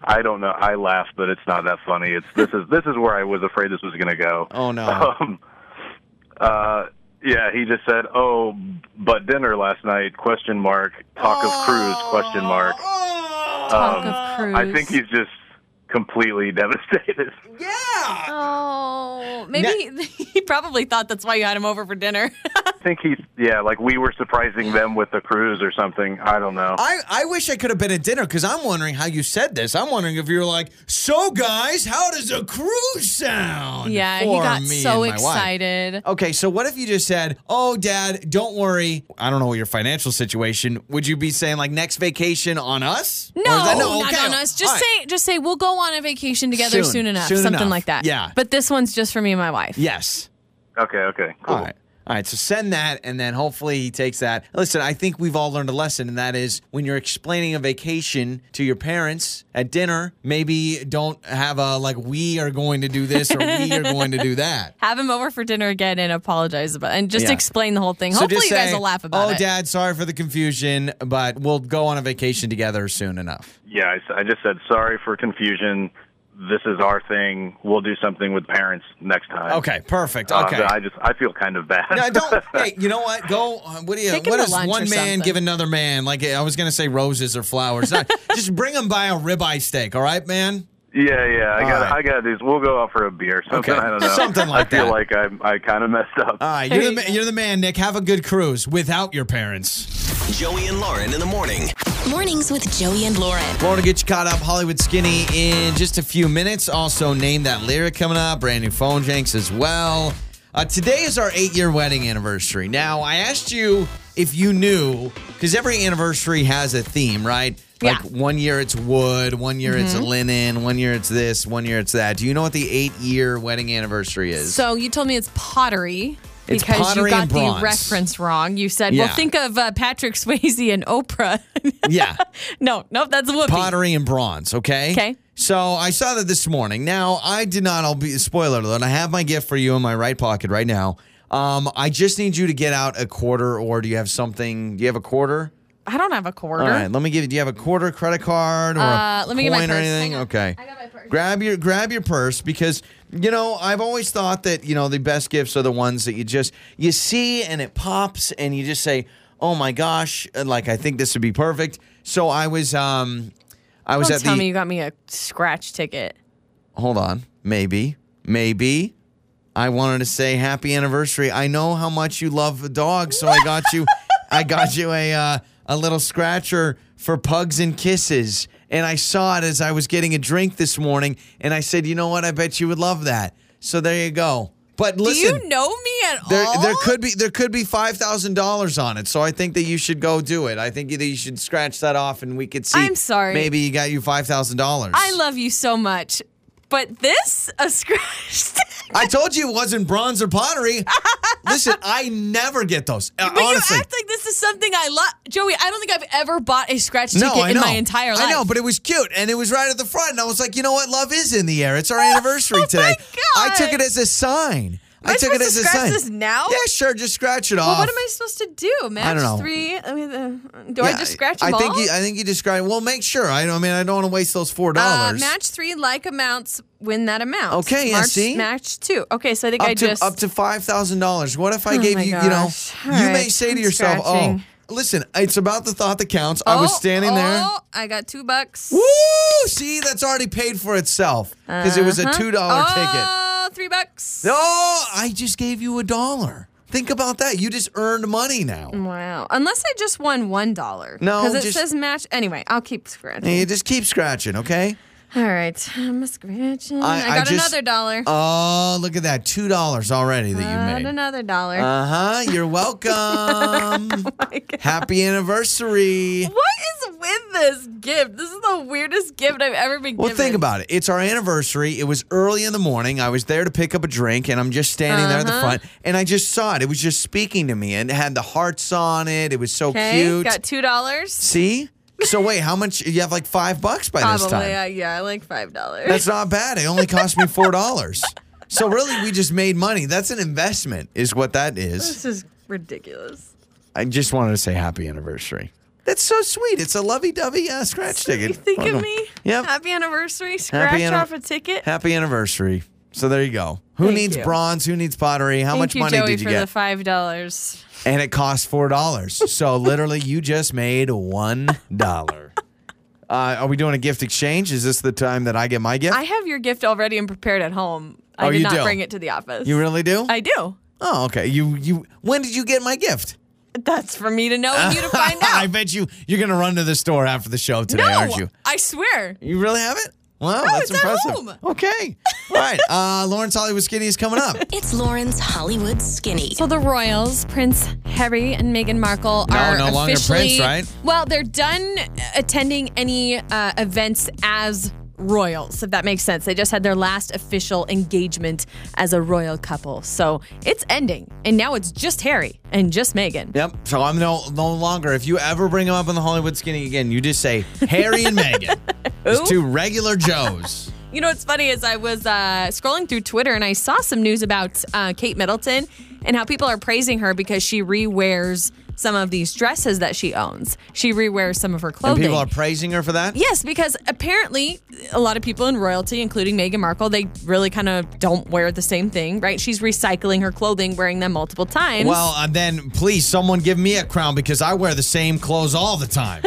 I don't know. I laughed, but it's not that funny. It's this is this is where I was afraid this was going to go.
Oh, no.
Um, uh, yeah, he just said, "Oh, but dinner last night?" Question mark. Talk of cruise? Question
Oh,
mark.
Talk
Um,
of cruise.
I think he's just completely devastated.
Oh, maybe he probably thought that's why you had him over for dinner.
I think he's yeah, like we were surprising them with the cruise or something. I don't know.
I, I wish I could have been at dinner because I'm wondering how you said this. I'm wondering if you were like, so guys, how does a cruise sound?
yeah, he
for
got
me
so
and my wife?"
excited.
Okay, so what if you just said, "Oh, Dad, don't worry. I don't know your financial situation." Would you be saying like next vacation on us? Or is
No,
that-
not
okay.
on us. Just
All right.
say, just say we'll go on a vacation together
Soon.
soon, enough,
Soon
something
enough.
like that.
Yeah.
But this one's just for me and my wife.
yes.
Okay, okay, cool.
All right. All right, so send that, and then hopefully he takes that. Listen, I think we've all learned a lesson, and that is when you're explaining a vacation to your parents at dinner, maybe don't have a like, we are going to do this or we are going to do that.
Have him over for dinner again and apologize about and just
Yeah.
explain the whole thing.
So
Hopefully,
just
you guys
say,
will laugh about
oh,
it.
Dad, sorry for the confusion, but we'll go on a vacation together soon enough.
Yeah, I s- I, just said sorry for confusion. This is our thing. We'll do something with parents next time.
Okay, perfect.
Uh,
Okay.
I just I feel kind of bad.
No, don't. Hey, you know what? Go. uh, What do you?
Take him
What
to
does
lunch
one
or
man
something.
give another man? Like I was gonna say roses or flowers. Not, just bring him by a ribeye steak. All right, man.
yeah, yeah. I
All
got
right.
I got these. We'll go out for a beer. Something
Okay.
I don't know.
Something like
I feel
that.
like I I kind of messed up.
All right, you're the ma- you're the man, Nick. Have a good cruise without your parents.
Joey and Lauren in the morning.
Mornings with Joey and Lauren.
Lauren will get you caught up. Hollywood Skinny in just a few minutes. Also, name that lyric coming up. Brand new phone janks as well. Uh, today is our eight year wedding anniversary. Now, I asked you if you knew because every anniversary has a theme, right?
Yeah.
Like one year it's wood, one year it's linen, one year it's this, one year it's that. Do you know what the eight year wedding anniversary is?
So you told me it's pottery.
It's
because
pottery
you got
and
the
bronze.
reference wrong. You said,
Yeah.
"Well, think of uh, Patrick Swayze and Oprah."
yeah.
no, nope, that's a whoopee.
pottery and bronze. Okay.
Okay.
So I saw that this morning. Now I did not. I'll be spoiler alert. I have my gift for you in my right pocket right now. Um, I just need you to get out a quarter, or do you have something? Do you have a quarter?
I don't have a quarter.
All right, let me give you. Do you have a quarter, credit card, or
Uh,
a
let
coin
me get my
or
purse.
anything?
Hang on.
Okay,
I got my purse.
grab your grab your purse because you know I've always thought that you know the best gifts are the ones that you just you see and it pops and you just say, oh my gosh, and, like I think this would be perfect. So I was um, I was
Don't
at
tell
the
me you got me a scratch ticket.
hold on, maybe maybe. I wanted to say happy anniversary. I know how much you love the dog, so I got you I got you a uh, a little scratcher for pugs and kisses. And I saw it as I was getting a drink this morning and I said, "You know what? I bet you would love that." So there you go. But listen,
Do you know me at
there,
all?
there could be there could be five thousand dollars on it, so I think that you should go do it. I think that you should scratch that off, and we could see.
I'm sorry.
Maybe you got you five thousand dollars.
I love you so much, but this a scratch ticket.
I told you it wasn't bronze or pottery. Listen, I never get those. Uh,
But
honestly.
you act like this is something I love, Joey. I don't think I've ever bought a scratch ticket
no, I
in
know.
my entire life.
I know, but it was cute, and it was right at the front, and I was like, you know what? Love is in the air. It's our anniversary
Oh my
today. I took
God.
it as a sign.
I
I took it
supposed to
as a
scratch
sign.
this now?
Yeah, sure. Just scratch it off.
Well, what am I supposed to do? Match
don't know.
three? I mean, uh, do I
Yeah,
just scratch
I
them
think
all?
you, I think you just scratch. Well, make sure. I, don't- I mean, I don't want to waste those four
uh,
dollars.
match three like amounts, win that amount.
Okay, yeah,
March,
see?
Match two. Okay, so I think
up
I
to
just Oh
up to five thousand dollars. What if I gave
my
you, you know,
gosh.
you
All
may
right,
say to
I'm
yourself,
scratching.
"Oh, listen, it's about the thought that counts." I was
Oh,
standing there.
oh, I got two bucks.
Woo! See, that's already paid for itself because it was a two dollar ticket.
Uh-huh. Oh, three bucks.
No, I just gave you a dollar. Think about that. You just earned money now.
Wow. Unless I just won one dollar.
No,
because it
just-
says match. Anyway, I'll keep scratching.
And you just keep scratching, okay?
All right, I'm scratching.
I-
I,
I
got
just-
another dollar.
Oh, look at that. Two dollars already that
got
you made.
another dollar.
Uh huh. You're
Oh
welcome. Happy anniversary.
what is with this gift? This is the weirdest gift I've ever been
Well,
given.
think about it. It's our anniversary. It was early in the morning. I was there to pick up a drink, and I'm just standing there
Uh-huh.
at the front, and I just saw it. It was just speaking to me, and it had the hearts on it. It was so
Okay,
cute.
got two dollars.
See? So wait, how much? You have like five bucks by this
Probably,
time.
uh, yeah, I like five dollars.
That's not bad. It only cost me four dollars. so really, we just made money. That's an investment, is what that is.
This is ridiculous.
I just wanted to say happy anniversary. That's so sweet. It's a lovey-dovey uh, scratch ticket.
You think
Welcome.
of me?
Yep.
Happy anniversary. Scratch
anniv-
off a ticket.
Happy anniversary. So there you go. Who
Thank
needs
you.
bronze? Who needs pottery? How
Thank
much
you,
money
Joey,
did you
for the
get?
five dollars.
and it cost four dollars. so literally, you just made one dollar. Uh, are we doing a gift exchange? Is this the time that I get my gift?
I have your gift already and prepared at home. I
Oh,
did
you
not
do?
bring it to the office.
you really do?
I do.
oh, okay. You you. When did you get my gift?
That's for me to know and you to find
I
out.
bet you you're gonna run to the store after the show today,
no,
aren't you?
I swear.
You really have it? Wow, that's
it's at
impressive.
home.
Okay. All right. Uh, Lawrence Hollywood Skinny is coming up.
It's Lauren's Hollywood Skinny.
So the royals, Prince Harry and Meghan Markle,
No,
are
no longer
officially-
Prince, right?
Well, they're done attending any uh, events as royals, if that makes sense. They just had their last official engagement as a royal couple, so it's ending, and now it's just Harry and just Meghan.
Yep. So I'm no no longer. If you ever bring him up on the Hollywood Skinny again, you just say Harry and Megan. It's two regular Joes.
You know what's funny is I was uh, scrolling through Twitter and I saw some news about uh, Kate Middleton and how people are praising her because she rewears some of these dresses that she owns. She rewears some of her
And
clothing.
people are praising her for that.
yes, because apparently a lot of people in royalty, including Meghan Markle, they really kind of don't wear the same thing, right? She's recycling her clothing, wearing them multiple times.
Well, uh, then please, someone give me a crown because I wear the same clothes all the time.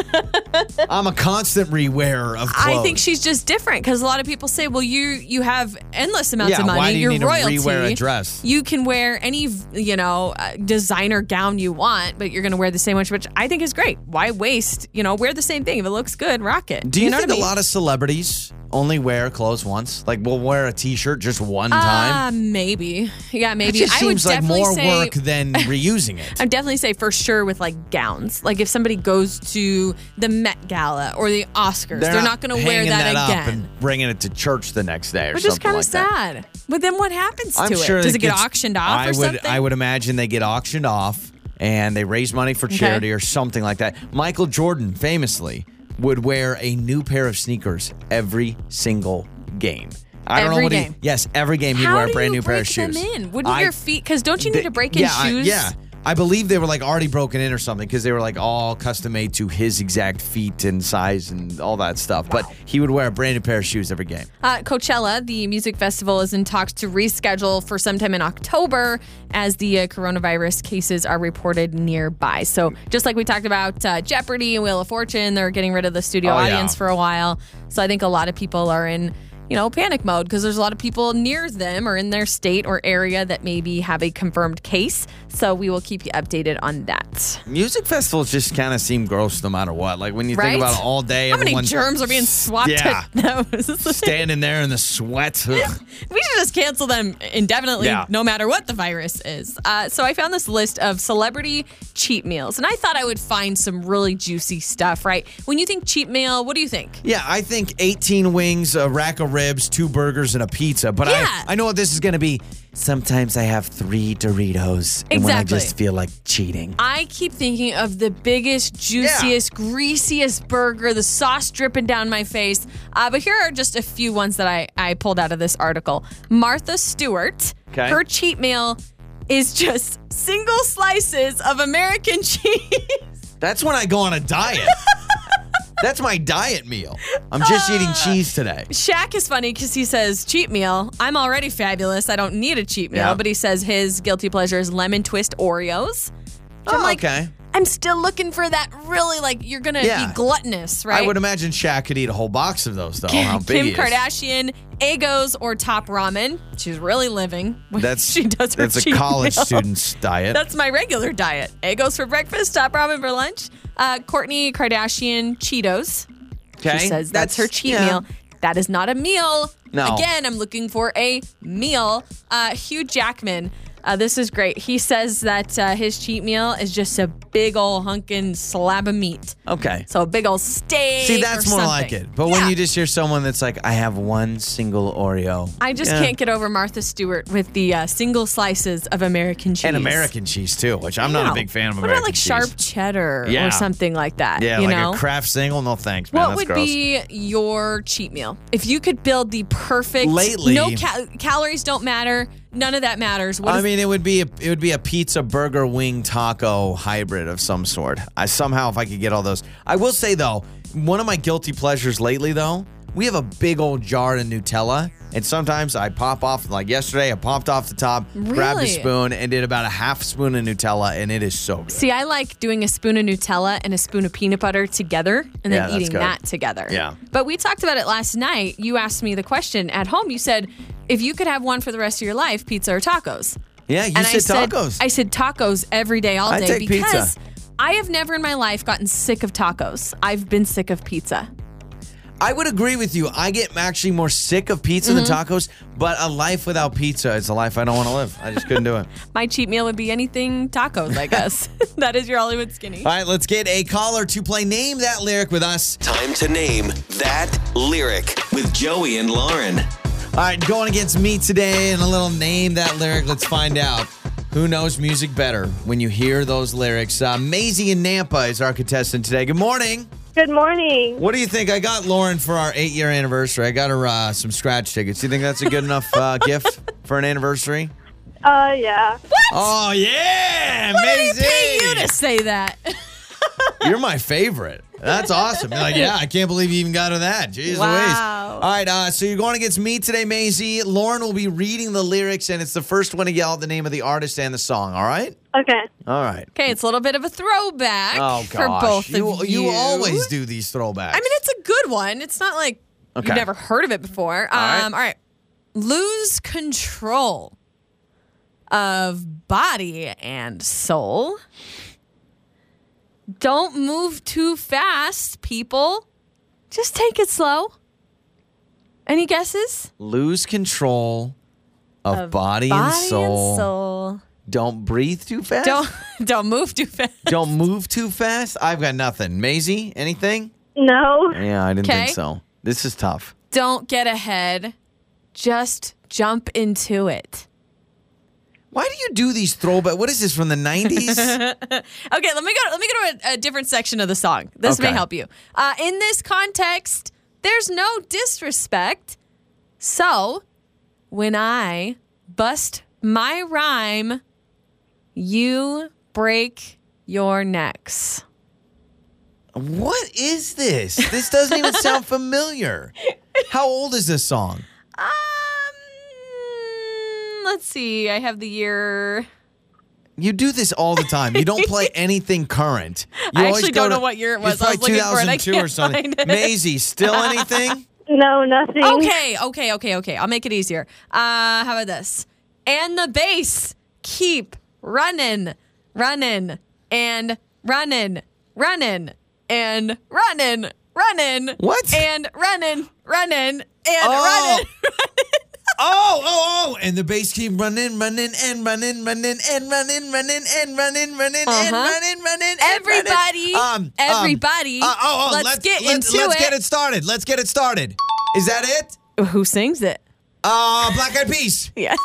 I'm a constant rewearer of clothes.
I think she's just different because a lot of people say, "Well, you you have endless amounts
Yeah,
of
why
money.
do you
You're
need to
royalty.
rewear a dress?"
You can wear any you know uh, designer gown you want, but you're going to wear the same one, which I think is great. Why waste? You know, wear the same thing if it looks good. Rock it.
Do you,
know
think
what I mean?
a lot of celebrities only wear clothes once? Like, will wear a T-shirt just one
Uh,
time?
maybe. Yeah,
It
maybe.
just
I would
seems like
definitely
more
say.
work than reusing it.
I would definitely say for sure with like gowns. Like if somebody goes to the Met Gala or the Oscars, they're, not, going to wear
hanging
that,
up
again.
and bringing it to church the next day or
Which is
something
kind
like
of
that.
sad. But then what happens to
I'm
it?
sure
Does it get
gets-
auctioned off
I
or
would,
something?
I would imagine they get auctioned off and they raise money for charity or something like that. Michael Jordan famously would wear a new pair of sneakers every single game. I don't know
Every
what
game.
he. Yes, every game he'd
How
wear a
do
brand
you
new pair of
break them
shoes.
in? Wouldn't
I-
your feet? Because don't you need
They-
to break in
yeah, I-
shoes?
yeah. I believe they were like already broken in or something because they were like all custom made to his exact feet and size and all that stuff. But he would wear a brand new pair of shoes every game.
Uh, Coachella, the music festival, is in talks to reschedule for sometime in October as the uh, coronavirus cases are reported nearby. So, just like we talked about uh, Jeopardy and Wheel of Fortune, they're getting rid of the studio
Oh, yeah.
audience for a while. So, I think a lot of people are in. You know, panic mode because there's a lot of people near them or in their state or area that maybe have a confirmed case. So we will keep you updated on that.
Music festivals just kind of seem gross no matter what. Like when you
Right?
think about it all day,
How many
everyone's
germs are being swapped
Yeah.
at those?
standing there in the sweat. Ugh.
We should just cancel them indefinitely,
Yeah.
no matter what the virus is. Uh, so I found this list of celebrity cheat meals, and I thought I would find some really juicy stuff. Right? When you think cheat meal, what do you think?
Yeah, I think 18 wings, a rack of ribs, two burgers, and a pizza. But
Yeah.
I, I know what this is going to be. Sometimes I have three Doritos. And when I
Exactly.
just feel like cheating.
I keep thinking of the biggest, juiciest, greasiest burger, the sauce dripping down my face. Uh, but here are just a few ones that I, I pulled out of this article. Martha Stewart,
Okay.
her cheat meal is just single slices of American cheese.
That's when I go on a diet. That's my diet meal. I'm
Uh,
just eating cheese today.
Shaq is funny because he says cheat meal. I'm already fabulous. I don't need a cheat meal.
Yeah.
But he says his guilty pleasure is lemon twist Oreos. Which I'm
Oh,
like,
okay.
I'm still looking for that. Really, like you're gonna
Yeah.
be gluttonous, right?
I would imagine Shaq could eat a whole box of those, though. how big
Kim
he is.
Kardashian, Egos or Top Ramen. She's really living. when
That's
she does her
That's a
cheat
college
meal.
student's diet.
That's my regular diet. Egos for breakfast, Top Ramen for lunch. Uh, Courtney Kardashian, Cheetos.
okay?
She says that's, her cheat
yeah.
meal. That is not a meal.
No.
Again, I'm looking for a meal. Uh, Hugh Jackman. Uh, this is great. He says that uh, his cheat meal is just a big old hunkin' slab of meat.
Okay.
So a big old steak.
See, that's
or
more
something.
like it. But when you just hear someone that's like, I have one single Oreo.
I just
Yeah.
can't get over Martha Stewart with the uh, single slices of American cheese.
And American cheese, too, which I'm not
No.
a big fan of
What
American
about like
cheese.
sharp cheddar
Yeah.
or something like that?
Yeah,
you
like
know?
a craft single. No thanks, man.
What
That's
would
gross.
be your cheat meal? If you could build the perfect
Lately-
no ca- calories don't matter, none of that matters. What
I
is-
mean, it would be a, it would be a pizza, burger, wing, taco hybrid of some sort. I somehow, if I could get all those, I will say though, one of my guilty pleasures lately though, we have a big old jar of Nutella, and sometimes I pop off like yesterday. I popped off the top, grabbed a
Really?
spoon, and did about a half spoon of Nutella, and it is so good.
see, I like doing a spoon of Nutella and a spoon of peanut butter together and
Yeah,
then
that's
eating
good.
that together.
Yeah.
But we talked about it last night. You asked me the question at home. You said if you could have one for the rest of your life, pizza or tacos.
yeah, you
and I
said
said
tacos.
I said tacos every day, all
I'd
day
take pizza.
because I have never in my life gotten sick of tacos. I've been sick of pizza.
I would agree with you. I get actually more sick of pizza than
Mm-hmm.
tacos, but a life without pizza is a life I don't want to live. I just couldn't do it.
My cheat meal would be anything tacos, I guess. that is your Hollywood skinny.
All right, let's get a caller to play Name That Lyric with us.
Time to name that lyric with Joey and Lauren.
All right, going against me today and a little Name That Lyric. Let's find out who knows music better when you hear those lyrics. Uh, Maisie and Nampa is our contestant today. Good morning.
Good morning.
What do you think? I got Lauren for our eight year anniversary. I got her uh, some scratch tickets. You think that's a good enough uh, gift for an anniversary?
Uh, yeah.
Oh, yeah, Maisie.
You to say that.
You're my favorite. That's awesome. You're like, yeah, I can't believe you even got her that. Jeez
Wow.
Louise. All right, uh, so you're going against me today, Maisie. Lauren will be reading the lyrics, and it's the first one to yell out the name of the artist and the song, all right?
Okay.
All right.
Okay, it's a little bit of a throwback
Oh,
for
gosh.
both
you,
of you.
you always do these throwbacks.
I mean, it's a good one. It's not like
Okay.
you've never heard of it before. Um,
right.
all right. Lose control of body and soul. Don't move too fast, people. Just take it slow. Any guesses?
Lose control of, body, and,
Body
soul.
and soul.
Don't breathe too fast.
Don't don't move too fast.
Don't move too fast. I've got nothing. Maisie, anything?
No.
Yeah, I didn't think
Okay.
so. This is tough.
Don't get ahead. Just jump into it.
Why do you do these throwback? What is this from the 90s?
Okay, let me go. Let me go to a, a different section of the song. This may
Okay.
help you. Uh, in this context, there's no disrespect. So when I bust my rhyme, you break your necks.
What is this? This doesn't even sound familiar. How old is this song?
Um, let's see. I have the year.
You do this all the time. You don't play anything current. You
I
always
actually
go
don't
to-
know what year it was.
It's
I
like
was looking for it. I
2002 or
can't
something.
find it.
Maisie, still anything?
No, nothing.
Okay, okay, okay, okay. I'll make it easier. Uh, how about this? And the bass keep running, running, and running, running, and running, running.
What?
And running, running, and
Oh.
running.
Oh, oh, oh! And the bass keep running, running, and running, running, and running, running, and running, running, and
Uh-huh.
running, running. and
Everybody,
running.
everybody,
uh, oh, oh,
let's get into
let's
it.
get it started. Let's get it started. Is that it?
Who sings it?
Uh, Black Eyed Peas.
Yes.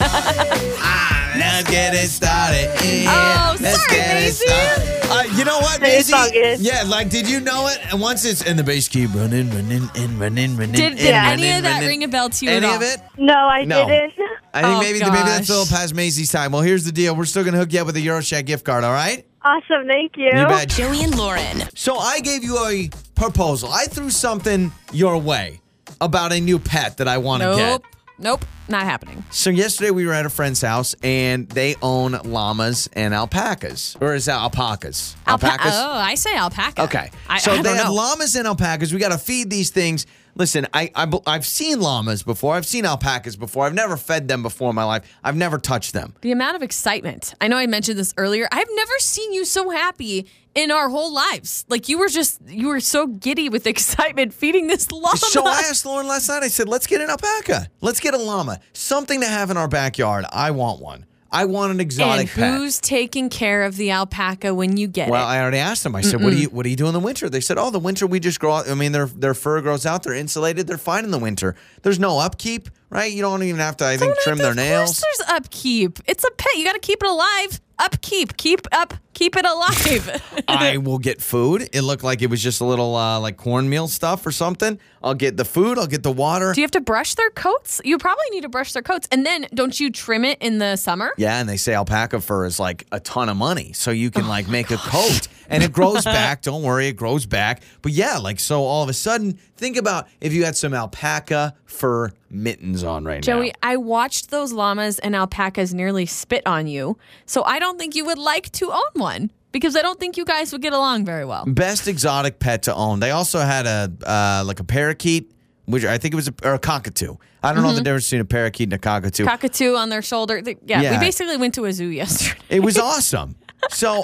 Ah, let's get it started.
Oh, sorry, Maisie.
started. Uh, you know what,
It's
Maisie?
all good.
Yeah, like, did you know it? And once it's and the bass keep running, running, and running, running.
Did,
and
did
running,
any of that
running.
ring a bell to you at
Any
all?
of it?
No, I
No.
didn't.
I think
Oh,
maybe maybe that's a little
gosh.
past Maisie's time. Well, here's the deal. We're still gonna hook you up with a Euroshack gift card. All right?
Awesome. Thank you.
You bet.
Joey and Lauren.
So I gave you a proposal. I threw something your way about a new pet that I want to
Nope.
get.
Nope. Not happening.
So yesterday we were at a friend's house and they own llamas and alpacas, or is that alpacas?
Alpa-
alpacas.
Oh, I say alpaca.
Okay.
I,
so
I don't
they have
know.
llamas and alpacas. We got to feed these things. Listen, I, I bel- I've seen llamas before. I've seen alpacas before. I've never fed them before in my life. I've never touched them.
The amount of excitement. I know I mentioned this earlier. I've never seen you so happy in our whole lives. Like you were just, you were so giddy with excitement feeding this llama.
So I asked Lauren last night, I said, let's get an alpaca. Let's get a llama. Something to have in our backyard. I want one. I want an
and
exotic pet.
who's taking care of the alpaca when you get
Well,
it?
I already asked them. I said, "What do you what do you do in the winter?" They said, "Oh, the winter we just grow. out. I mean, their their fur grows out. They're insulated. They're fine in the winter. There's no upkeep, right? You don't even have to. I think
Don't
trim
have to-
their
Of
nails.
course, there's upkeep. It's a pet. You got to keep it alive. Upkeep. Keep up. Keep it alive.
I will get food. It looked like it was just a little uh, like cornmeal stuff or something. I'll get the food. I'll get the water.
Do you have to brush their coats? You probably need to brush their coats, and then don't you trim it in the summer?
Yeah, and they say alpaca fur is like a ton of money, so you can like
Oh
make a coat, and it grows back. Don't worry, it grows back. But yeah, like so, all of a sudden, think about if you had some alpaca fur mittens on right now.
Joey, I watched those llamas and alpacas nearly spit on you, so I don't think you would like to own one because I don't think you guys would get along very well.
best exotic pet to own. They also had a uh, like a parakeet, which I think it was a, or a cockatoo. I don't know
Mm-hmm.
the difference between a parakeet and a cockatoo.
Cockatoo on their shoulder. They- Yeah,
Yeah.
we basically went to a zoo yesterday.
It was awesome. So,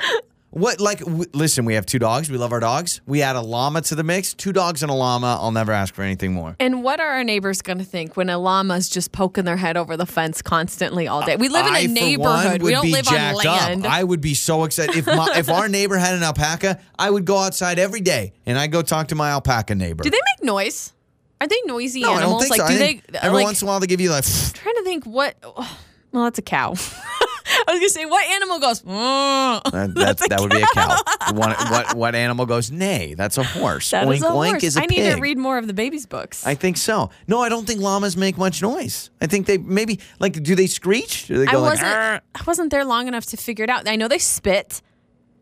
what, like, w- listen, we have two dogs. We love our dogs. We add a llama to the mix. Two dogs and a llama. I'll never ask for anything more.
And what are our neighbors going to think when a llama's just poking their head over the fence constantly all day? We live in
I,
a
for one,
neighborhood.
would
We don't
be
live on
jacked
land.
Up. I would be so excited. If, my, if our neighbor had an alpaca, I would go outside every day and I go talk to my alpaca neighbor.
Do they make noise? Are they noisy
no,
animals?
I don't think
like
so.
do
I think
they
every
like,
once in a while they give you like,
trying to think what well that's a cow. I was gonna say what animal goes "Mm."
That, Uh, that, that would be a cow. what, what, what animal goes nay? That's a horse.
That
oink
is a
oink
horse.
is a
I need
pig.
to read more of the baby's books.
I think so. No, I don't think llamas make much noise. I think they maybe like do they screech? Do they
I
go
wasn't um,
like? "Arr"?
I wasn't there long enough to figure it out. I know they spit.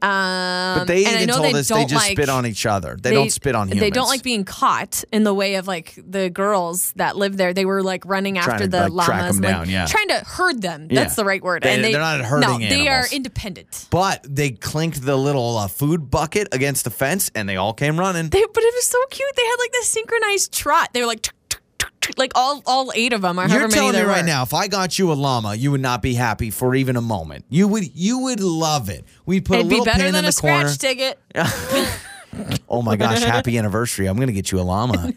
Um,
But they
and I
even
know
told
they
us
don't
they just
like,
spit on each other. They, don't spit on humans.
They don't like being caught in the way of like the girls that live there. They were like running after
to,
the
like,
llamas,
track 'em
like,
down, yeah.
trying to herd them.
Yeah.
That's the right word.
They-
and they,
they're not herding
No, they are
animals.
independent.
But they clinked the little uh, food bucket against the fence, and they all came running.
They, but it was so cute. They had like this synchronized trot. They were like, "Tuk, tuk, tuk, tuk," like all all eight of them. Or
You're
however many
telling me
there
right
were.
now, if I got you a llama, you would not be happy for even a moment. You would, you would love it. We'd put
It'd
a
be
little
better
pin
than
in the
a
corner.
scratch ticket.
Oh my gosh, happy anniversary. I'm going to get you a llama.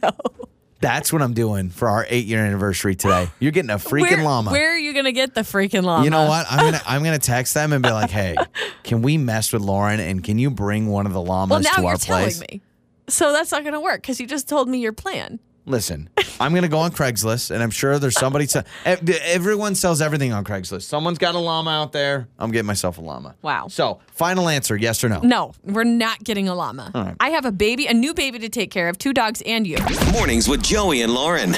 That's what I'm doing for our 8-year anniversary today. You're getting a freaking
where,
llama.
Where are you gonna get the freaking llama?
you know what? I'm going to I'm going to text them and be like, "Hey, can we mess with Lauren and can you bring one of the llamas
Well, now
to
you're
our
telling
place?"
me. So that's not gonna work because you just told me your plan.
Listen, I'm going to go on Craigslist and I'm sure there's somebody se- ev- everyone sells everything on Craigslist. Someone's got a llama out there. I'm getting myself a llama.
Wow.
So, final answer, yes or no?
No, we're not getting a llama. I have a baby, a new baby to take care of, two dogs, and you.
Mornings with Joey and Lauren.